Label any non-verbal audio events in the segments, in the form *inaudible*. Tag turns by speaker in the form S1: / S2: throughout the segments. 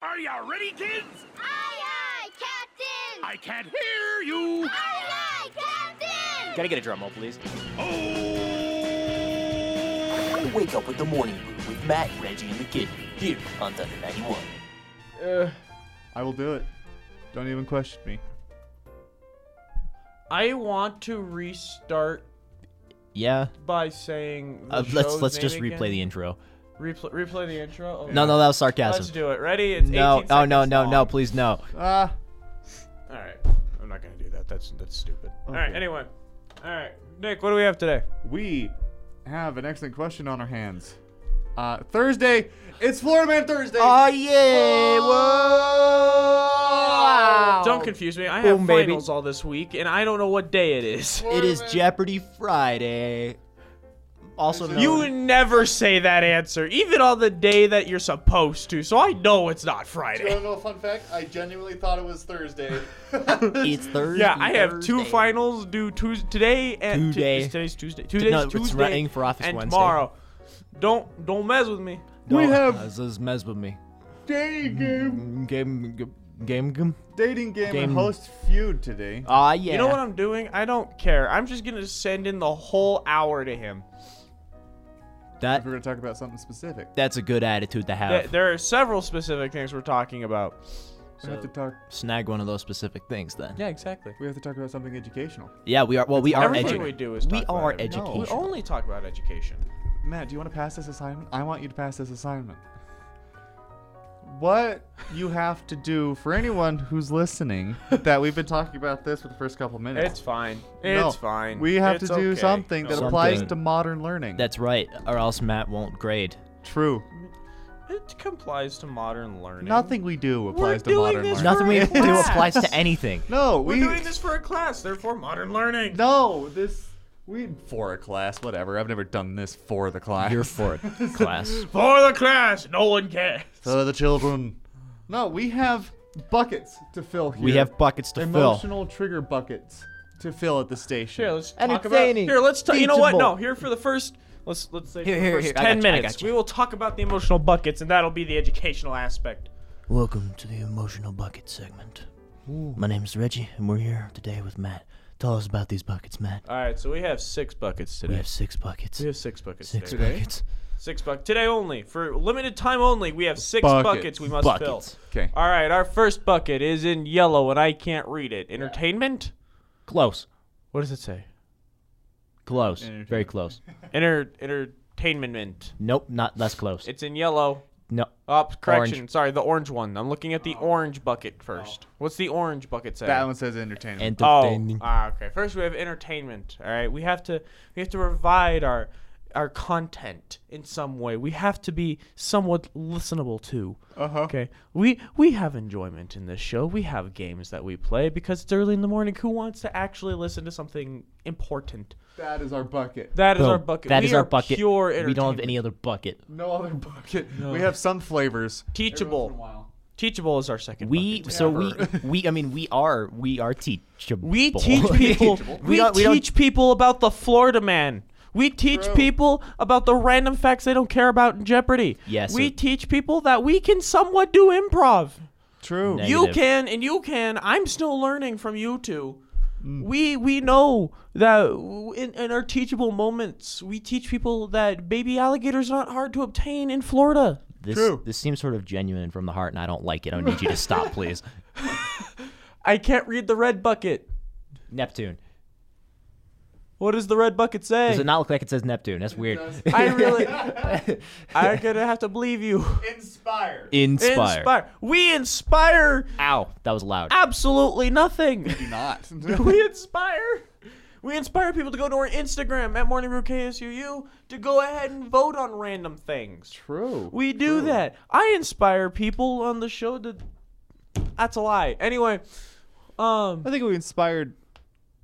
S1: Are you ready, kids?
S2: Aye, aye, Captain!
S1: I can't hear you.
S2: Aye, aye, Captain!
S3: Gotta get a drum roll, please.
S1: Oh!
S4: Wake up with the morning brew with Matt, Reggie, and the kid here on Thunder 91.
S5: I will do it. Don't even question me.
S6: I want to restart
S3: Yeah.
S6: by saying. The
S3: Uh, let's let's just replay the intro.
S6: the replay, replay the intro. Okay.
S3: No, no, that was
S6: Let's
S3: sarcasm.
S6: do it. Ready? It's
S3: No,
S6: 18
S3: oh no,
S6: seconds
S3: no, no,
S6: long.
S3: please no.
S5: Ah.
S6: All right, I'm not gonna do that. That's that's stupid. All right,
S5: Okay.
S6: anyway. All right, Nick, what do we have today?
S5: We have an excellent question on our hands. Uh, Thursday, it's Florida Man Thursday.
S3: Oh yeah!
S6: oh,
S5: Oh.
S3: Whoa!
S6: Don't confuse me. I have
S3: Boom, baby.
S6: finals all this week, and I don't know what day it
S3: *laughs*
S6: is.
S3: It is Jeopardy Friday. Also, known-
S6: You never say that answer, even on the day that you're supposed to. So I know it's not
S7: You
S6: Friday.
S7: want to know a fun fact? I genuinely thought it was Thursday.
S3: *laughs* it's Thursday.
S6: Yeah, I have two
S3: Thursday.
S6: finals due Tuesday today and
S3: Today.
S6: Tu- today's Tuesday. Today's
S3: no, it's
S6: Tuesday
S3: running for office
S6: and
S3: Wednesday.
S6: tomorrow. Don't don't mess with me.
S5: We
S3: Don't-
S5: have-
S3: uh, just mess with me.
S5: dating game.
S3: Game, game, game.
S5: Dating game,
S3: Game.
S5: and host feud today.
S3: Ah, yeah.
S6: You know what I'm doing? I don't care. I'm just gonna send in the whole hour to him.
S5: If
S3: that
S5: we're gonna talk about something specific,
S3: that's a good attitude to have.
S6: There, there are several specific things we're talking about.
S5: we have to talk.
S3: Snag one of those specific things, then.
S6: Yeah, exactly.
S5: We have to talk about something educational.
S3: Yeah, we are. Well, we are
S6: Everything
S3: edu-
S6: we do is
S3: we
S6: talk about
S3: are
S6: it. No, we
S3: educational.
S6: only talk about education.
S5: Matt, do you want to pass this assignment? I want you to pass this assignment. What you have to do for anyone
S3: *laughs*
S5: who's listening that we've been talking about this for the first couple minutes.
S6: It's fine. It's
S5: No,
S6: fine.
S5: We have
S6: It's
S5: to do
S6: okay.
S5: something that
S3: Something.
S5: applies to modern learning.
S3: That's right, or else Matt won't grade.
S5: true.
S6: It complies to modern learning.
S5: Nothing we do applies to
S6: doing
S5: modern
S6: this
S5: learning.
S3: Nothing we
S6: Correct.
S3: do applies
S6: *laughs*
S3: to anything.
S5: No,
S6: We're
S5: we
S6: doing this for a class, therefore modern learning.
S5: *laughs* No, this we for a class, whatever. I've never done this for the class.
S3: You're for it,
S6: *laughs*
S3: class.
S6: For the class, no one cares.
S5: for the children. No, we have buckets to fill here.
S3: We have buckets to
S5: emotional
S3: fill.
S5: trigger buckets to fill at the station.
S6: Here, let's
S3: And
S6: talk
S3: it's
S6: about.
S3: zany.
S6: Here, let's talk. You know what?
S3: Teachable.
S6: No, here for the first. Let's let's say
S3: Here,
S6: for the
S3: here,
S6: first
S3: here. I
S6: ten
S3: got you, I
S6: minutes.
S3: got you.
S6: We will talk about the emotional buckets, and that'll be the educational aspect.
S8: Welcome to the Emotional Bucket segment. My name is Reggie, and we're here today with Matt. Tell us about these buckets, Matt.
S6: All right, so we have six buckets
S8: We
S6: today.
S8: have six buckets.
S6: We have six buckets
S8: six
S6: today.
S8: buckets.
S6: Six buckets today only for limited time only. We have six
S5: Buckets.
S6: buckets, we must
S3: Buckets.
S6: fill.
S5: Okay.
S6: All right, our first bucket is in yellow, and I can't read it. Entertainment.
S3: Close.
S6: What does it say?
S3: Close. Very close.
S6: Enter entertainment.
S3: Nope, not less close.
S6: It's in yellow.
S3: no.
S6: Oh, correction. Sorry, the orange one. I'm looking at the orange bucket first. What's the orange bucket say?
S5: That one says entertainment.
S6: Oh,
S3: Entertaining.
S6: ah, okay. First, we have entertainment. All right, we have to we have to provide our our content in some way. We have to be somewhat listenable too.
S5: uh-huh.
S6: Okay, we we have enjoyment in this show. We have games that we play because it's early in the morning. Who wants to actually listen to something important?
S5: That is our bucket.
S6: That is
S3: Boom.
S6: our bucket.
S3: That
S6: we
S3: is
S6: are
S3: our bucket.
S6: Pure
S3: we don't have
S6: entertainment.
S3: any other bucket.
S5: No other bucket. We have some flavors.
S6: teachable. Teachable is our second.
S3: We
S6: bucket.
S3: so we
S6: *laughs*
S3: we I mean we are we are teachable.
S6: We
S3: *laughs*
S6: teach people. we
S3: don't- we don't-
S6: teach people about the Florida man. We teach people about the random facts they don't care about in Jeopardy.
S3: Yes,
S6: We
S3: it-
S6: teach people that we can somewhat do improv.
S5: True.
S3: Ne-
S6: You
S3: Negative.
S6: can and you can. I'm still learning from you two. We we know that w- in, in our teachable moments, we teach people that baby alligators are not hard to obtain in Florida.
S3: This
S5: True.
S3: this seems sort of genuine and from the heart, and I don't like it. I need you to
S6: *laughs*
S3: stop, please.
S6: I can't read the red bucket.
S3: Neptune.
S6: What does the red bucket say?
S3: Does it not look like it says Neptune? That's weird.
S6: I really, *laughs* I'm gonna have to believe you.
S3: *laughs*
S7: Inspired.
S3: Inspire.
S6: We inspire
S3: Ow, that was loud.
S6: absolutely
S5: *laughs*
S6: nothing.
S5: Do not.
S6: we inspire. We inspire people to go to our Instagram at Morning Brew KSUU to go ahead and vote on random things.
S5: True.
S6: We do that. I inspire people on the show to. That's a lie. Anyway, um,
S5: I think we inspired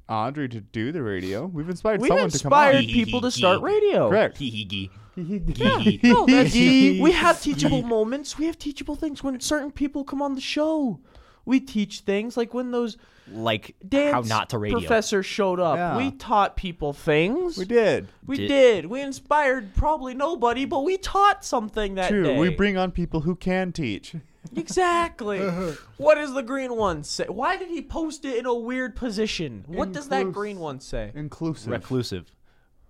S5: Audrey to do the radio. We've inspired
S6: we've
S5: someone
S6: inspired
S5: to
S6: people to start radio.
S5: come on.
S6: *laughs*
S5: Correct.
S3: Hee
S6: No,
S5: *laughs*
S6: that's- we have teachable moments. We have teachable things when certain people come on the show. We teach things like when those
S3: Like
S6: dance
S3: how not to radio.
S6: professor showed up.
S5: Yeah.
S6: We taught people things.
S5: We did.
S6: We
S3: Did-
S6: did. We inspired probably nobody, but we taught something that
S5: True.
S6: day.
S5: We bring on people who can teach. *laughs*
S6: Exactly. what does the green one say? Why did he post it in a weird position? What does that
S5: Inclus-
S6: green one say?
S5: Inclusive.
S3: Reclusive.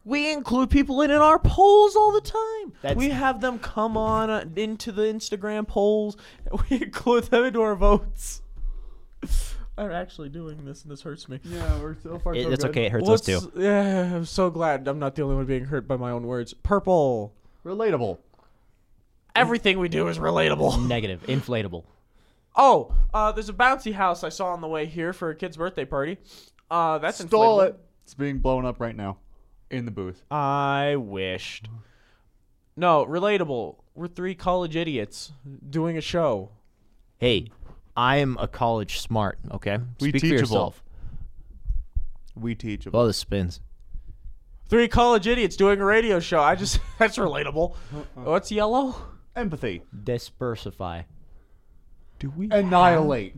S6: We include people in, in our polls all the time.
S3: That's-
S6: we have them come on uh, into the Instagram polls. *laughs* We include them into our votes. *laughs* I'm actually doing this, and this hurts me.
S5: yeah, we're so far.
S3: It,
S5: so
S3: it's
S5: good.
S3: okay. It hurts
S6: What's,
S3: us too.
S6: yeah, I'm so glad I'm not the only one being hurt by my own words. Purple.
S5: Relatable.
S6: Everything we do is relatable.
S3: Negative. Inflatable.
S6: *laughs* Oh, uh, there's a bouncy house I saw on the way here for a kid's birthday party. Uh, that's
S5: Stole
S6: inflatable.
S5: it. It's being blown up right now, in the booth.
S6: I wished. No, relatable. We're three college idiots doing a show.
S3: Hey, I am a college smart. Okay.
S5: We
S3: Speak for
S5: teachable.
S3: yourself.
S5: We teach
S3: All this spins.
S6: Three college idiots doing a radio show. I just *laughs* that's relatable. What's yellow?
S5: empathy.
S3: Dispersify.
S6: Do we
S5: Annihilate.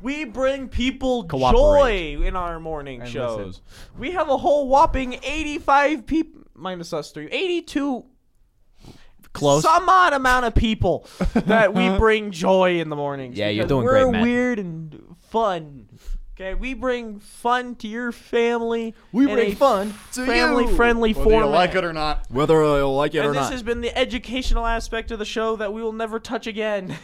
S6: We bring people
S3: Cooperate.
S6: joy in our morning
S5: And
S6: shows. We have a whole whopping 85 people minus us three. 82
S3: Close.
S6: some odd amount of
S3: *laughs*
S6: people that we bring joy in the mornings.
S3: Yeah, you're
S6: because
S3: doing
S6: we're
S3: great, Matt.
S6: weird and fun. Okay, we bring fun to your family.
S5: We
S6: in
S5: bring
S6: a
S5: fun to
S6: family-friendly
S5: Whether you
S6: format.
S5: like it or not.
S3: Whether I like it
S6: and this has been the educational aspect of the show that we will never touch again. *laughs*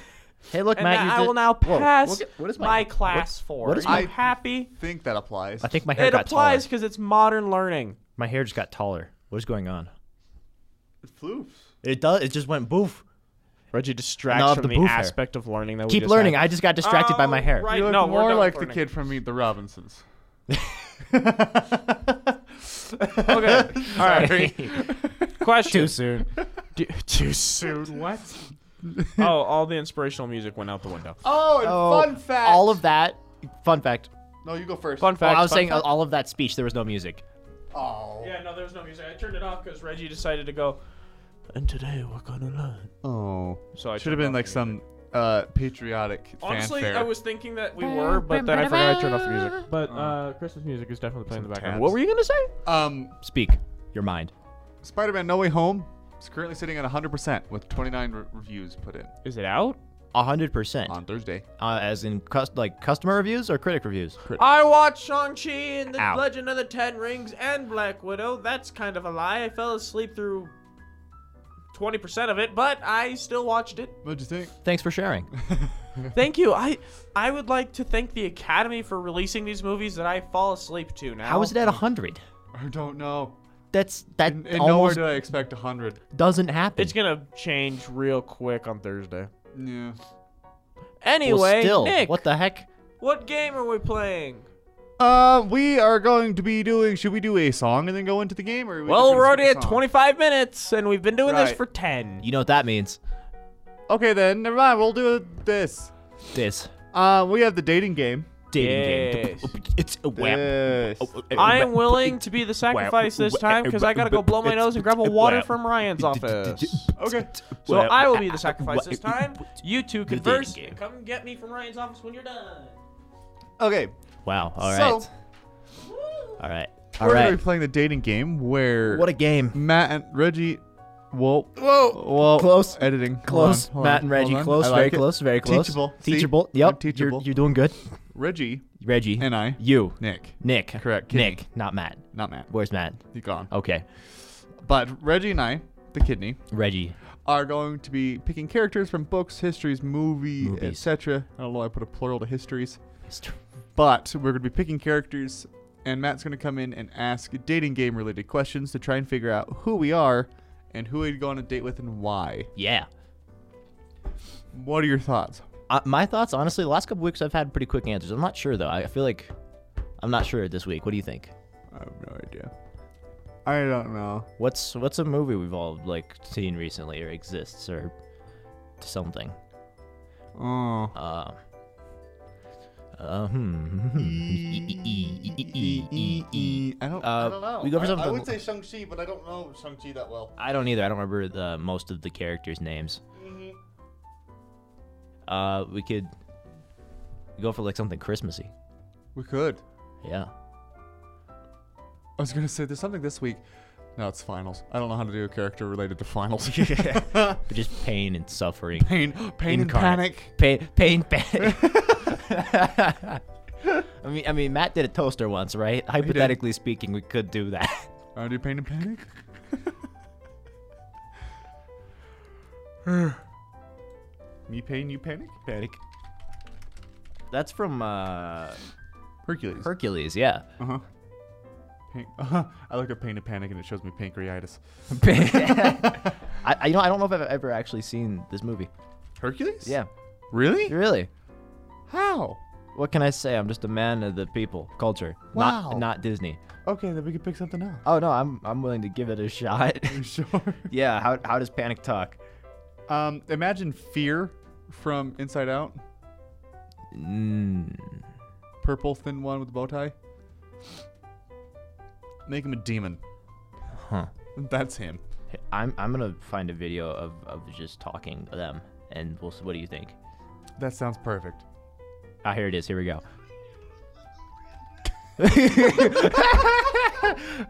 S3: hey, look,
S6: And
S3: Matt. you
S6: that I
S3: did-
S6: will now pass
S3: look at- what is
S6: my,
S3: my-
S6: class for.
S3: what is
S6: I'm
S5: my-
S6: happy.
S5: Think that applies.
S3: I think my hair
S6: It
S3: got
S6: applies
S3: taller.
S6: because it's modern learning.
S3: My hair just got taller. What is going on?
S5: floofs.
S3: It does. It just went boof.
S6: Reggie distracts
S3: No,
S6: from
S3: the
S6: the
S3: boof hair.
S6: aspect of learning that we
S3: Keep
S6: just
S3: learning.
S6: Had.
S3: I just got distracted by my
S6: Oh,
S3: hair.
S6: Right,
S5: You look
S6: no, we're
S5: more
S6: done
S5: like
S6: with
S5: the
S6: learning.
S5: kid from Meet the *laughs* Robinsons.
S6: Okay, all right. Question.
S3: Too soon.
S6: Do- *laughs* too soon. What?
S3: *laughs*
S6: oh, all the inspirational music went out the window.
S5: Oh, and fun fact.
S3: All of that. Fun fact. Oh,
S5: No, you go first.
S6: Fun fact.
S3: I was
S6: fun
S3: saying uh,
S6: fact.
S3: all of that speech. There was no music.
S5: Oh.
S6: Yeah, no, there's no music. I turned it off because Reggie decided to go. And today we're gonna learn.
S5: Oh.
S6: So I
S5: Should
S6: turned
S5: have been
S6: off
S5: like
S6: the
S5: some uh, patriotic
S6: Honestly,
S5: fanfare.
S6: I was thinking that we were, but then I forgot I turned off the music. But uh, Christmas music is definitely playing in the background.
S5: tabs.
S6: What were you gonna say?
S5: um,
S3: Speak your mind.
S5: Spider-Man: No Way Home is currently sitting at 100% with 29 re- reviews put in
S6: Is it out?
S3: hundred percent.
S5: on Thursday.
S3: Uh, as in cus- like customer reviews or critic reviews.
S6: I watched Shang-Chi and The
S3: Ow.
S6: Legend of the Ten Rings and Black Widow. That's kind of a lie. I fell asleep through 20% of it, but I still watched
S3: *laughs*
S6: it.
S5: What'd you think?
S3: Thanks for
S5: *laughs*
S3: sharing.
S6: Thank you. I I would like to thank the Academy for releasing these movies that I fall asleep to now.
S3: How is it at hundred?
S5: I don't know.
S3: That's that
S5: And, and nowhere
S3: almost
S5: did I expect 100.
S3: doesn't happen.
S6: It's going to change real quick on Thursday.
S5: Yeah.
S6: Anyway,
S3: well, still,
S6: Nick,
S3: what the heck?
S6: what game are we playing?
S5: Uh, we are going to be doing. Should we do a song and then go into the game, or we
S6: Well,
S5: just
S6: we're
S5: gonna
S6: already
S5: skip
S6: at
S5: the song?
S6: 25 minutes, and we've been doing this
S5: Right.
S6: for 10.
S3: You know what that means?
S5: Okay, then never mind. We'll do this.
S3: This
S5: Uh, we have the dating game.
S3: dating
S6: Yes.
S3: game. It's a wham. Oh,
S5: Yes.
S6: I am willing to be the sacrifice this time because I gotta go blow my nose and grab a water from Ryan's office.
S3: *laughs*
S5: Okay.
S6: So I will be the sacrifice this time. eh, You two converse. and Come get me from Ryan's office when you're done.
S5: Okay.
S3: Wow. All right.
S5: So-
S3: all right. All
S5: We're gonna
S3: right.
S5: be playing the dating game where
S3: What a game.
S5: Matt and Reggie. Whoa.
S3: Whoa.
S5: Whoa.
S3: Close.
S5: Editing. Hold
S3: Close.
S5: on, hold
S3: Matt
S5: on,
S3: and Reggie.
S5: hold on.
S3: Close.
S5: I
S3: very
S5: like it.
S3: close. Very close.
S5: Teachable. See?
S3: Teachable.
S5: I'm
S3: Yep.
S5: teachable.
S3: You're, you're doing good.
S5: Reggie,
S3: Reggie.
S5: And I.
S3: You.
S5: Nick,
S3: Nick.
S5: Correct, kidney.
S3: Nick, not Matt.
S5: not Matt.
S3: Where's Matt?
S5: He's gone.
S3: Okay.
S5: But Reggie and I, the kidney,
S3: Reggie.
S5: are going to be picking characters from books, histories, movie,
S3: Movies.
S5: etc. I don't know why I put a plural to histories.
S3: Mr.
S5: But we're going to be picking characters, and Matt's going to come in and ask dating game related questions to try and figure out who we are and who we'd go on a date with and why.
S3: Yeah.
S5: What are your thoughts?
S3: Uh, my thoughts, honestly, the last couple weeks I've had pretty quick answers. I'm not sure though. I feel like I'm not sure this week. What do you think?
S5: I have no idea. I don't know.
S3: What's what's a movie we've all like seen recently or exists or something?
S5: Oh.
S3: Uh, uh, hmm.
S5: E- I don't,
S3: Uh,
S7: I don't know.
S3: We go for
S7: Oh, I-
S3: something.
S7: I, would say Shang-Chi, but I don't know Shang-Chi that well.
S3: I don't either. I don't remember the, most of the characters' names.
S7: Mm-hmm.
S3: Uh, we could go for like something Christmassy.
S5: we could.
S3: Yeah.
S5: I was going to say there's something this week. No, it's finals. I don't know how to do a character related to finals.
S3: But just pain and suffering.
S5: pain, pain, and
S3: Incarnate.
S5: panic.
S3: Pain, pain, pain. *laughs* I mean, I mean, Matt did a toaster once, right? Hypothetically speaking, we could do that.
S5: I do pain and panic. *laughs* Me pain, you panic.
S3: Panic. *laughs* That's from uh,
S5: Hercules.
S3: Hercules, yeah.
S5: uh huh. Pain- uh-huh. *laughs* I look at pain and panic, and it shows me pancreatitis.
S3: *laughs* I, I, you know, I don't know if I've ever actually seen this movie.
S5: Hercules?
S3: Yeah,
S5: Really?
S3: really.
S5: How?
S3: What can I say? I'm just a man of the people, culture.
S5: Wow.
S3: Not, not Disney.
S5: Okay, then we can pick something
S3: *laughs*
S5: else.
S3: Oh no, I'm, I'm willing to give it a shot. *laughs*
S5: Sure.
S3: yeah. How, how does Panic talk?
S5: Um, imagine fear from Inside Out.
S3: Mm,
S5: Purple thin one with a bow tie. Make him a demon.
S3: Huh.
S5: That's him.
S3: I'm, I'm gonna find a video of, of just talking to them, and we'll. s- What do you think?
S5: That sounds perfect.
S3: Ah, here it is. Here we go. *laughs*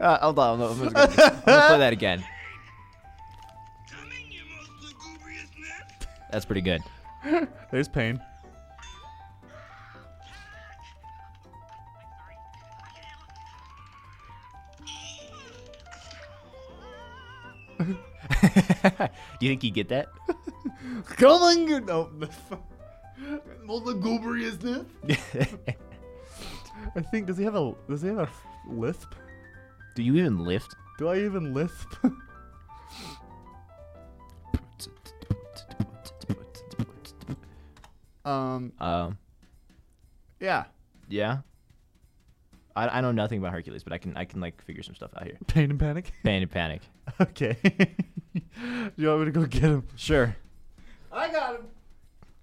S3: uh, hold on. I'm gonna, I'm gonna play that again. That's pretty *laughs* good.
S5: There's pain.
S3: Do you think you get *laughs* that?
S5: Coming. No. Most lugubriousness. I think. Does he have a? Does he have a lisp?
S3: Do you even lift?
S5: Do I even lisp? um.
S3: Um,
S5: Yeah.
S3: yeah. I, I know nothing about Hercules, but I can I can like figure some stuff out here.
S5: Pain and panic. *laughs*
S3: Pain and panic.
S5: Okay. *laughs* Do you want me to go get him?
S3: Sure.
S7: I got him.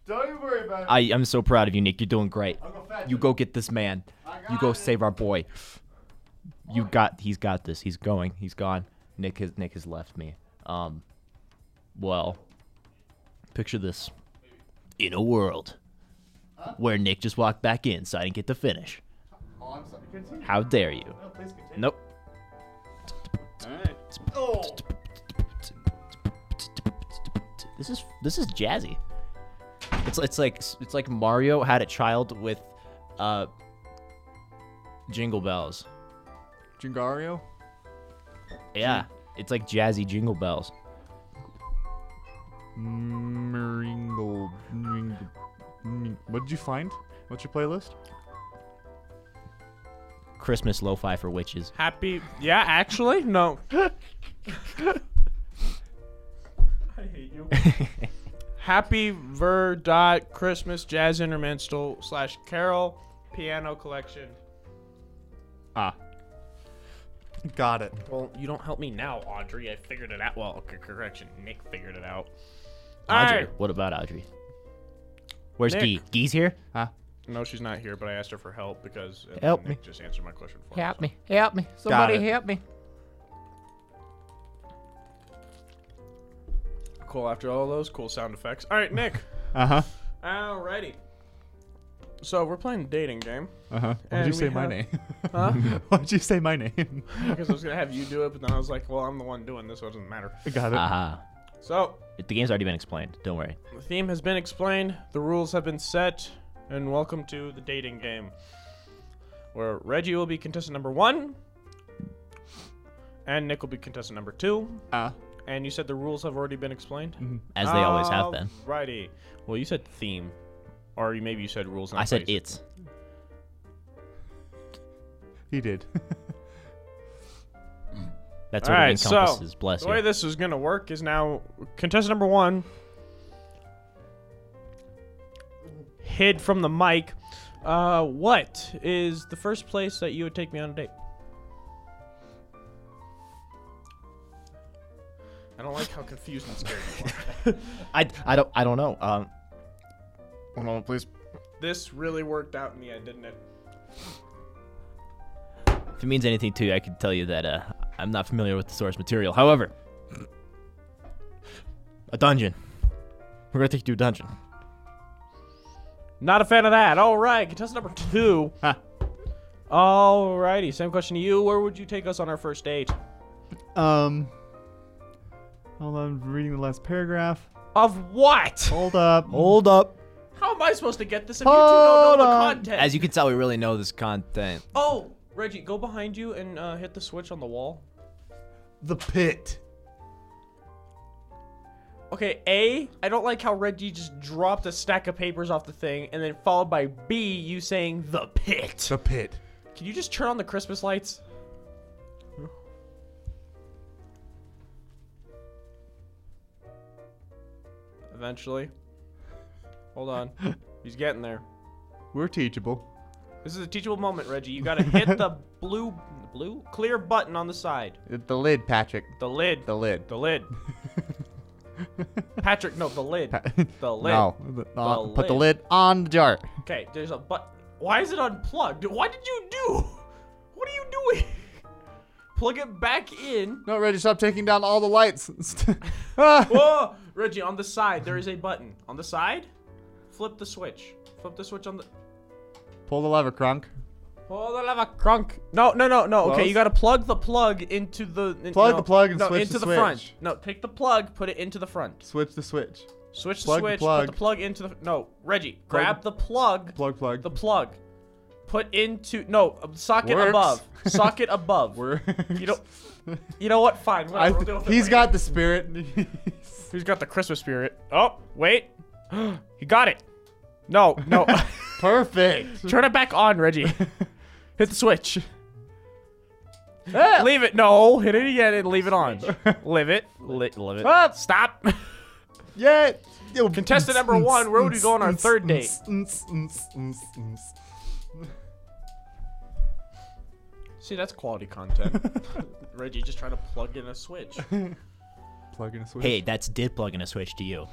S7: Don't you worry about it.
S3: I I'm so proud of you, Nick. You're doing great.
S7: I'll go fetch
S3: You
S7: him.
S3: go get this man. You go save our boy. You got. He's got this. He's going. He's gone. Nick has Nick has left me. Um. Well. Picture this. In a world where Nick just walked back in, so I didn't get to finish.
S7: Oh, I'm sorry. Continue.
S3: How dare you?
S7: No, please continue.
S3: Nope.
S7: Alright. Oh.
S3: This is this is jazzy. It's it's like it's like Mario had a child with, uh. Jingle bells.
S5: Jingario?
S3: Yeah.
S6: Hmm.
S3: It's like jazzy jingle bells.
S5: Mringle. mringle- mring- What did you find? What's your playlist?
S3: Christmas lo-fi for witches.
S6: Happy. Yeah, actually, *laughs* no. I hate *laughs* you. Happy Ver dot Christmas Jazz Intermental slash Carol Piano Collection.
S5: Ah. Got it.
S6: Well, you don't help me now, Audrey. I figured it out. Well, c- correction, Nick figured it out.
S3: Audrey,
S6: Alright.
S3: what about Audrey? Where's
S6: Nick.
S3: Gee? Gee's here?
S6: No, she's not here, but I asked her for help because uh,
S3: Help
S6: Nick
S3: me.
S6: just answered my question for me.
S3: me. Help me.
S5: it.
S3: help me.
S6: Cool. After all those cool sound effects. All right, Nick.
S5: Uh
S3: Uh-huh.
S5: huh.
S6: Alrighty. So we're playing a dating game
S5: Uh huh. Why'd
S6: And
S5: you
S6: we
S5: say my
S6: have-
S5: name?
S6: Huh?
S5: *laughs* Why'd you say my name? *laughs*
S6: because I was gonna have you do it, but then I was like, well, I'm the one doing this, so it doesn't matter.
S5: Got
S6: Uh-huh.
S5: it.
S3: Aha.
S6: So
S3: Uh, The game's already been explained. Don't worry.
S6: the theme has been explained, the rules have been set, and welcome to the dating game, where Reggie will be contestant number one, and Nick will be contestant number two.
S5: Ah.
S6: And you said the rules have already been explained.
S3: As they always
S6: Oh.
S3: have been.
S6: Righty. Well, you said theme, or you maybe you said rules. Not
S3: I said
S6: place.
S3: it's.
S5: He did. *laughs*
S3: That's
S6: All
S3: what it
S6: right, so
S3: encompasses. Bless
S6: the way
S3: you.
S6: this is gonna work is now contestant number one hid from the mic. Uh, what is the first place that you would take me on a date? I don't like how confused and scared you are.
S3: I, I don't I don't know. Um,
S5: One moment, please.
S6: this really worked out in the end, didn't it?
S3: if it means anything to you, I can tell you that uh, I'm not familiar with the source material. However, a dungeon. We're gonna take you to a dungeon.
S6: Not a fan of that. All right, contestant number two.
S5: Huh.
S6: All righty, same question to you. Where would you take us on our first date?
S5: Um, hold on, I'm reading the last paragraph.
S6: Of what?
S5: Hold up.
S3: Hold up.
S6: How am I supposed to get this if you two don't
S5: Hold
S6: know the
S5: on.
S6: content?
S3: As you can tell, we really know this content.
S6: oh, Reggie, go behind you and uh, hit the switch on the wall.
S5: The pit.
S6: Okay, A, I don't like how Reggie just dropped a stack of papers off the thing, and then followed by B, you saying the pit.
S5: The pit.
S6: Can you just turn on the Christmas lights? Eventually. Hold
S5: *laughs*
S6: on. He's getting there.
S5: We're teachable.
S6: This is a teachable moment, Reggie. You gotta hit the blue, blue, clear button on the side.
S5: The lid, *laughs* Patrick.
S6: The lid.
S5: The lid.
S6: The lid. Patrick, no, the lid. The lid.
S5: No. The- uh,
S6: The
S5: put the
S6: lid.
S5: lid on the jar.
S6: Okay, there's a but. Why is it unplugged? Why did you do? What are you doing? Plug it back in.
S5: No, Reggie, stop taking down all the lights. *laughs* Ah.
S6: Whoa, Oh, Reggie, on the side there is a button. On the side, flip the switch. Flip the switch on the.
S5: Pull the lever, Kronk.
S6: Oh, the lava crunk. No, no, no, no. Okay,
S5: Close.
S6: you gotta plug the plug into the. in-
S5: Plug
S6: no,
S5: the plug and
S6: no,
S5: switch
S6: into
S5: the
S6: the front.
S5: switch.
S6: No, take the plug, put it into the front.
S5: Switch the switch.
S6: Switch the
S5: Plug the
S6: switch.
S5: plug.
S6: Put the plug into the. No, Reggie,
S5: Plug
S6: grab the plug.
S5: Plug, plug.
S6: The plug. Put into no socket
S5: Works.
S6: above.
S5: *laughs*
S6: Socket above. You don't. You know what? Fine.
S5: I
S6: Whatever. we'll deal with it
S5: he's
S6: later.
S5: got the spirit.
S6: He's got the Christmas spirit. Oh, wait. *gasps* he got it. No,
S5: *laughs*
S6: no.
S5: Perfect.
S6: Turn it back on, Reggie.
S8: *laughs*
S6: Hit the switch.
S8: Ah!
S6: Leave it. No, hit it again and leave
S8: *laughs*
S6: it on. Live it. Li- live it. Stop.
S5: Yeah. Yo,
S6: Contestant number one, where would we go on our third date? *laughs* See, that's
S8: *laughs*
S6: quality content. Reggie just trying to plug in a switch.
S5: Plug in a switch.
S8: Hey, that's did plug in a switch to you.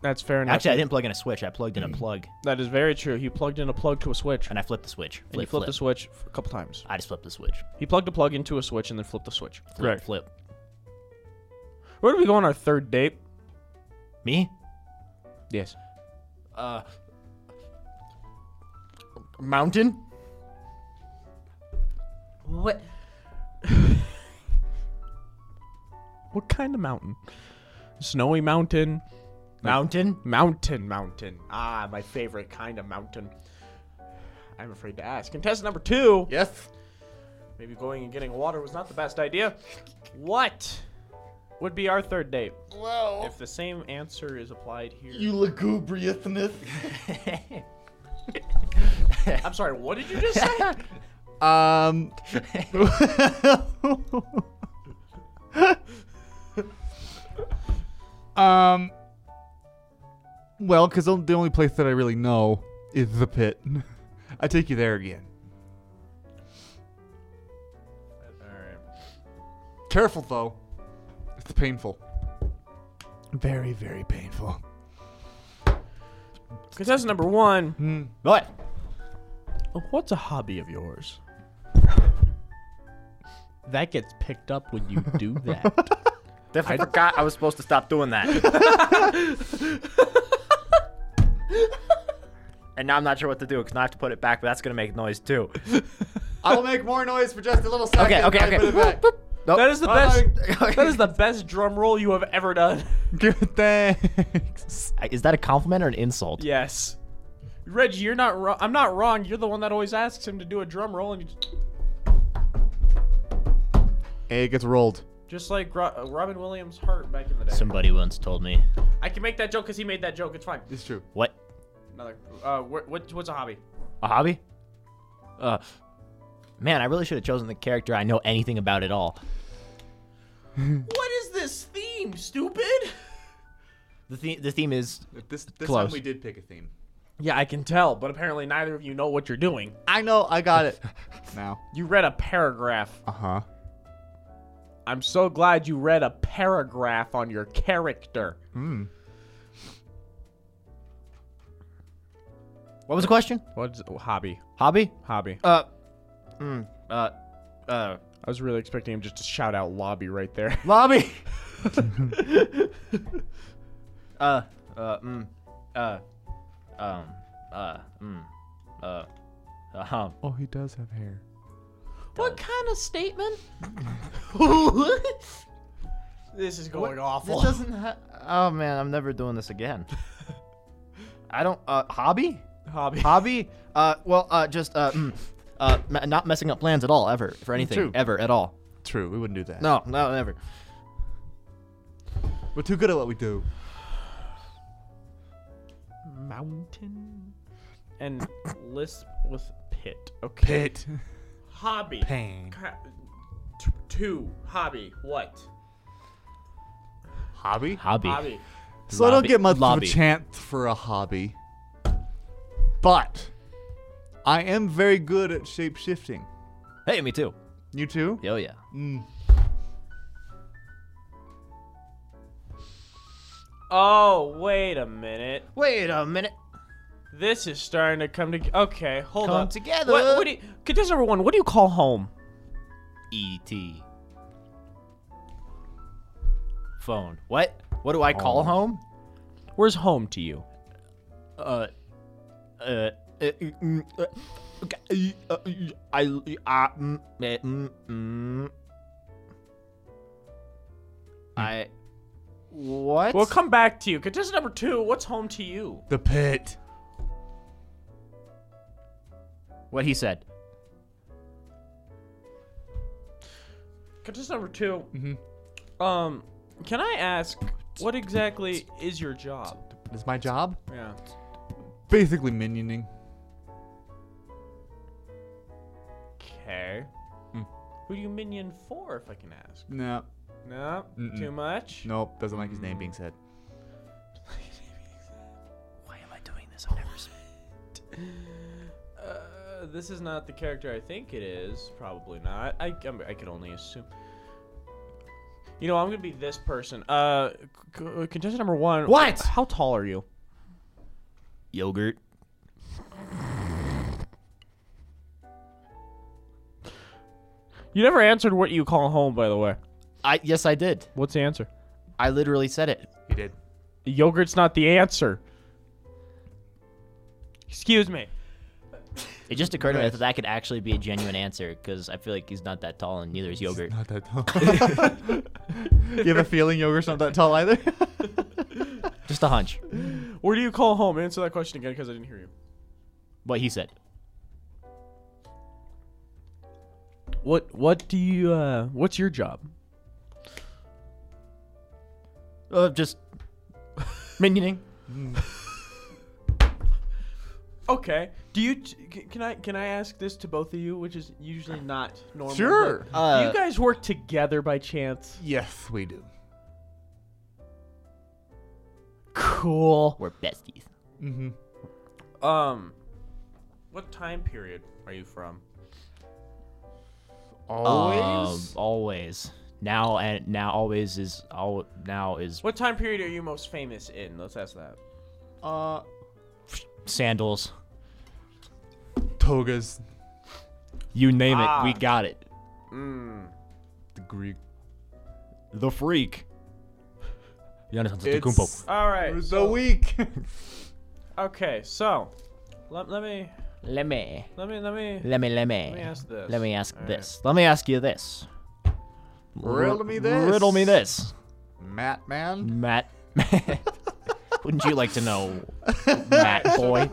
S6: That's fair enough.
S8: Actually, I didn't plug in a switch. I plugged in
S3: Mm.
S8: a plug
S6: that is very true. He plugged in a plug to a switch.
S8: and I flipped the switch. Flip,
S6: And he flipped
S8: flip.
S6: the switch a couple times.
S8: I just flipped the switch.
S6: He plugged a plug into a switch and then flipped the switch.
S8: Flip,
S5: Correct.
S8: flip.
S6: Where do we go on our third date?
S8: Me?
S6: Yes. Uh,
S8: Mountain?
S6: What? *sighs* what kind of mountain? Snowy mountain.
S8: Mountain?
S6: Mountain, mountain. Ah, my favorite kind of mountain. I'm afraid to ask. Contestant number two.
S5: Yes.
S6: Maybe going and getting water was not the best idea. What would be our third date?
S5: Well,
S6: If the same answer is applied here.
S5: you lugubriousness.
S6: I'm sorry, what did you just say?
S5: Um. *laughs* um. Well, because the only place that I really know is the pit. *laughs* I take you there again.
S6: Alright.
S5: Careful though. It's painful. Very, very painful.
S6: Contestant number one.
S3: What?
S6: What's a hobby of yours? That gets picked up when you do that.
S3: Definitely forgot I was supposed to stop
S8: *laughs*
S3: doing that. and now I'm not sure what to do because I have to put it back, but that's gonna make noise too.
S5: I will make more noise for just a little second.
S3: Okay, okay,
S5: and I
S3: okay.
S5: put it back.
S6: that is
S8: *laughs*
S6: the best. that is the best drum roll you have ever done. *laughs*
S5: Good thanks.
S3: Is that a compliment or an insult?
S6: Yes. Reggie, you're not wrong. I'm not wrong. You're the one that always asks him to do a drum roll, and you just,
S5: Hey, it gets rolled.
S6: just like Ro- uh, Robin Williams' heart back in the day.
S8: Somebody once told me.
S6: I can make that joke because he made that joke. It's fine.
S5: It's true.
S8: What?
S6: Another. Uh, wh- what, what's a hobby?
S8: A hobby? Uh, man, I really should have chosen the character I know anything about at all.
S6: What is this theme, stupid?
S8: The, the-, the theme is
S5: This, this
S8: Close.
S5: did pick a theme.
S6: Yeah, I can tell, but apparently neither of you know what you're doing.
S5: I know. I got it. now.
S6: You read a paragraph.
S5: Uh huh.
S6: I'm so glad you read a paragraph on your character.
S3: *laughs* What was the question?
S6: What's oh, hobby?
S3: Hobby?
S6: Hobby.
S8: hmm,
S3: Uh, uh,
S6: I was really expecting him just to shout out lobby right there. *laughs*
S8: *laughs*
S3: lobby. uh, uh, mm, uh,
S8: *laughs*
S3: um, uh, mm, uh, uh, um.
S8: um.
S5: Oh, he does have hair.
S6: What kind
S8: *laughs*
S6: of
S5: *laughs*
S6: statement? this is going awful.
S3: It doesn't. Ha- oh man, I'm never doing this *laughs* again. I don't. Uh, hobby?
S6: Hobby.
S3: Hobby? Uh, well, uh, just uh, mm, uh, m- not messing up plans at all, ever, for anything,
S5: True.
S3: ever, at all.
S5: True, we wouldn't do that.
S3: No, no, never.
S5: We're too good at what we do.
S6: Mountain. *laughs* And lisp with pit. Okay.
S5: Pit. *laughs*
S6: Hobby.
S5: Pain.
S6: Ca- t- two. Hobby. What?
S5: Hobby?
S3: Hobby.
S6: Hobby.
S5: So I don't
S3: Lobby-
S5: get much
S3: lobby.
S5: of a chance for a hobby. But I am very good at shape shifting.
S3: Hey, me too.
S5: You too?
S3: Oh yeah.
S6: Oh, wait a minute.
S3: Wait a minute.
S6: This is starting to come together. Okay, hold
S3: Come
S6: up.
S3: together.
S6: What, what do you, contestant number one, what do you call home?
S3: E.T. Phone. What? What do I call home?
S6: Where's home to you?
S3: Uh, uh, uh, mm, uh, okay, uh, uh, I, uh, mm, eh, mm, mm. I, what?
S6: We'll come back to you. Contestant number two, what's home to you?
S5: The pit.
S3: what he said.
S6: Contestant number 2 Um, can I ask, what exactly is your job?
S5: Is my job?
S6: Yeah.
S5: Basically minioning.
S6: Okay. Who do you minion for, if I can ask?
S5: No.
S6: No, too much.
S5: Nope. Doesn't like his name being said.
S8: Why am I doing this? I've never seen
S6: Uh, this is not the character I think it is. Probably not. I I'm- I could only assume. You know, I'm gonna be this person. Uh, c- c- contestant number one.
S3: What?
S6: How tall are you?
S3: Yogurt.
S6: You never answered what you call home, by the way.
S3: I yes, I did.
S6: What's the answer?
S3: I literally said it.
S5: He did.
S6: Yogurt's not the answer. Excuse me.
S3: It just occurred to me that that could actually be a genuine answer because I feel like he's not that tall and neither is yogurt.
S5: *laughs* Not that tall. *laughs* you have a feeling yogurt's not that tall either?
S3: Just a hunch.
S6: Where do you call home? Answer that question again, because I didn't hear you.
S3: What he said.
S6: What What do you uh What's your job?
S3: Uh, just minioning.
S6: Okay. Do you t- c- can I can I ask this to both of you, which is usually not normal.
S5: Sure.
S6: but-
S3: Uh,
S6: you guys work together by chance?
S5: *laughs* yes, we do.
S6: Cool.
S3: we're besties.
S5: Mm-hmm.
S6: Um, what time period are you from?
S5: Always?
S3: Um, always. Now and now always is all now is
S6: What time period are you most famous in? Let's ask that.
S5: uh,
S3: sandals.
S5: togas.
S3: You name it,
S6: Ah.
S3: we got it.
S6: Mm.
S5: The Greek.
S3: The freak. Giannis
S5: It's
S3: Antetokounmpo.
S6: All right.
S5: the week.
S6: *laughs* Okay. So, let, let me
S3: Let me,
S6: let me let me
S3: let me, let me.
S6: let me ask this.
S3: Let me ask
S6: All right.
S3: this. Let me ask you this.
S5: Riddle me this.
S3: Riddle me this,
S5: Matt man.
S3: Matt. *laughs* Wouldn't you like to know, *laughs* Matt boy?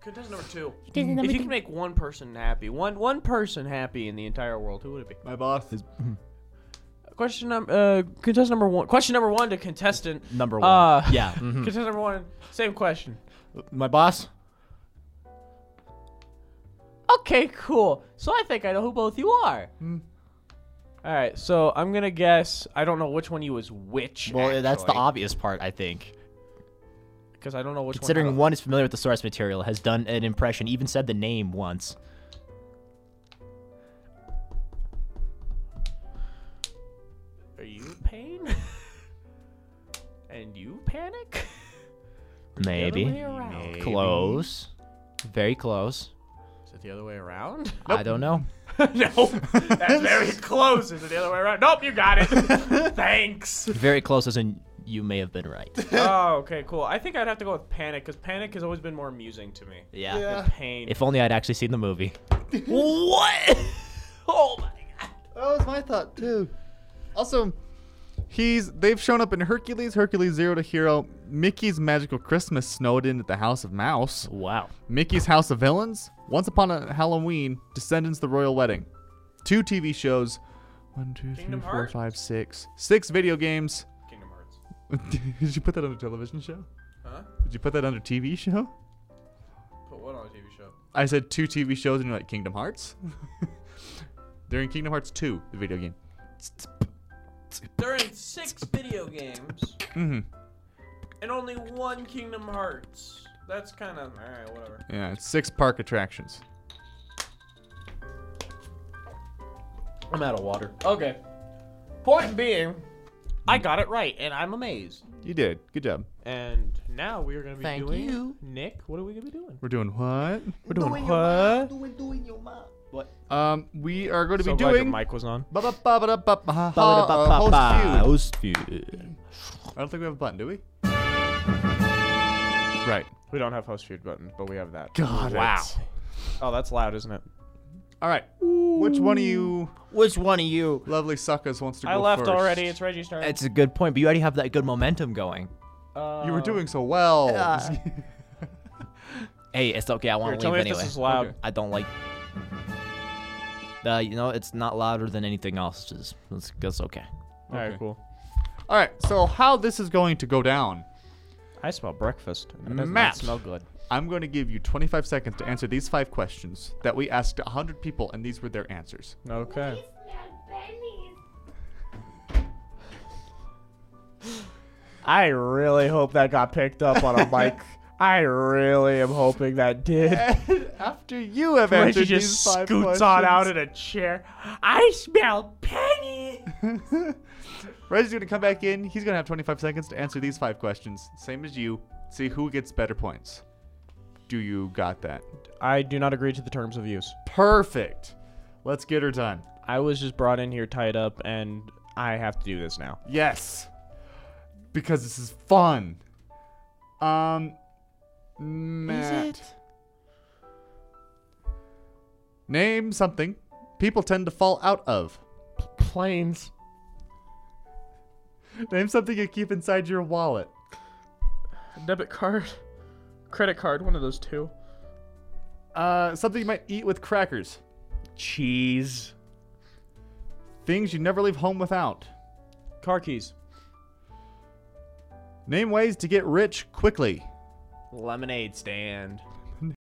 S6: Contestant number two. if you can make one person happy, one one person happy in the entire world, who would it be?
S5: My boss is
S6: Question number, uh, contestant number one. Question number one to contestant
S3: Number one.
S6: Uh,
S3: yeah. mhm.
S6: Contestant number one, same question.
S3: *laughs* My boss.
S6: Okay, cool. So I think I know who both you are. All right, so I'm gonna guess. I don't know which one you was which.
S3: Well, that's the obvious part, I think.
S6: because I don't know which
S3: Considering
S6: one.
S3: one is familiar with the source material, has done an impression, even said the name once.
S6: Are you in pain? *laughs* and you panic? The other way
S3: Maybe.
S6: around.
S3: Close. Very close.
S6: Is it the other way around? *laughs*
S3: I don't know.
S6: no, that's very close. Is it the other way around? Nope, you got it. Thanks.
S3: Very close, as in you may have been *laughs* right.
S6: oh, okay, cool. I think I'd have to go with panic because panic has always been more amusing to me.
S3: Yeah.
S6: *laughs* Pain.
S3: If only I'd actually seen the movie. what?
S6: Oh
S5: was my thought too. Also, he's they've shown up in Hercules, Hercules Zero to Hero, Mickey's Magical Christmas snowed in at the House of Mouse,
S3: Wow.
S5: Mickey's House of Villains, Once Upon a Halloween, Descendants: The Royal Wedding, two TV shows, one, two, three,
S6: Kingdom
S5: four,
S6: Hearts?
S5: five, six, six video games. *laughs*
S6: Kingdom Hearts.
S5: Did you put that on a television show?
S6: Huh?
S5: Did you put that under TV show?
S6: Put what on a TV show?
S5: I said two TV shows, and you're like Kingdom Hearts. *laughs* They're in Kingdom Hearts 2, the video game.
S6: They're in six video games
S5: Mm-hmm.
S6: and only one Kingdom Hearts. That's kind of all right. Whatever.
S5: Yeah, it's six park attractions.
S6: I'm out of water. Okay. Point being, I got it right, and I'm amazed.
S5: You did. Good job.
S6: And now we are gonna be
S8: Thank
S6: doing
S8: you.
S6: Nick. What are we gonna be doing?
S5: We're doing what?
S6: We're doing what?
S5: Um, we are going to
S6: So
S5: be
S6: glad your
S5: doing.
S6: mic was on.
S5: ba- ba- ba- ba- da- ba- ba- ha- ha- uh,
S8: Ba-da-ba-ba-ba.
S5: host feud.
S8: Host feud.
S5: I don't think we have a button, do we? Right.
S6: We don't have host food button, but we have that.
S5: God. Wow.
S6: Oh, that's loud, isn't it?
S5: All right. Which one of you
S3: Which one of you?
S5: lovely suckers wants to go
S6: I left
S5: first?
S6: already. It's Reggie's turn.
S3: It's a good point, but you already have that good momentum going.
S6: Uh,
S5: You were doing so well.
S3: Hey, it's okay. I
S6: Here,
S3: want to
S6: tell
S3: leave
S6: me if
S3: anyway.
S6: this is loud.
S5: Okay.
S3: I don't like. Uh, you know, it's not louder than anything else. Just that's, that's okay.
S6: All right,
S5: Okay.
S6: cool.
S5: *laughs* All right. So how this is going to go down?
S6: I smell breakfast. and It does
S5: Matt.
S6: not smell good.
S5: I'm going to give you 25 seconds to answer these five questions that we asked 100 people, and these were their answers.
S6: Okay. I really hope that got picked up on a mic. I really am hoping that did.
S5: *laughs* After you have
S6: Reggie
S5: answered
S6: just
S5: these five
S6: scoots
S5: questions,
S6: on out in a chair. I smell penny.
S5: Reggie's going to come back in. He's going to have 25 seconds to answer these five questions, same as you. See who gets better points. Do you got that?
S6: I do not agree to the terms of use.
S5: Perfect. Let's get her done.
S6: I was just brought in here tied up, and I have to do this now.
S5: Yes. Because this is fun. Um Matt. Name something people tend to fall out of.
S6: Planes.
S5: Name something you keep inside your wallet.
S6: Debit card. Credit card. One of those two.
S5: Uh, something you might eat with crackers.
S6: Cheese.
S5: Things you never leave home without.
S6: Car keys.
S5: Name ways to get rich quickly.
S6: Lemonade stand.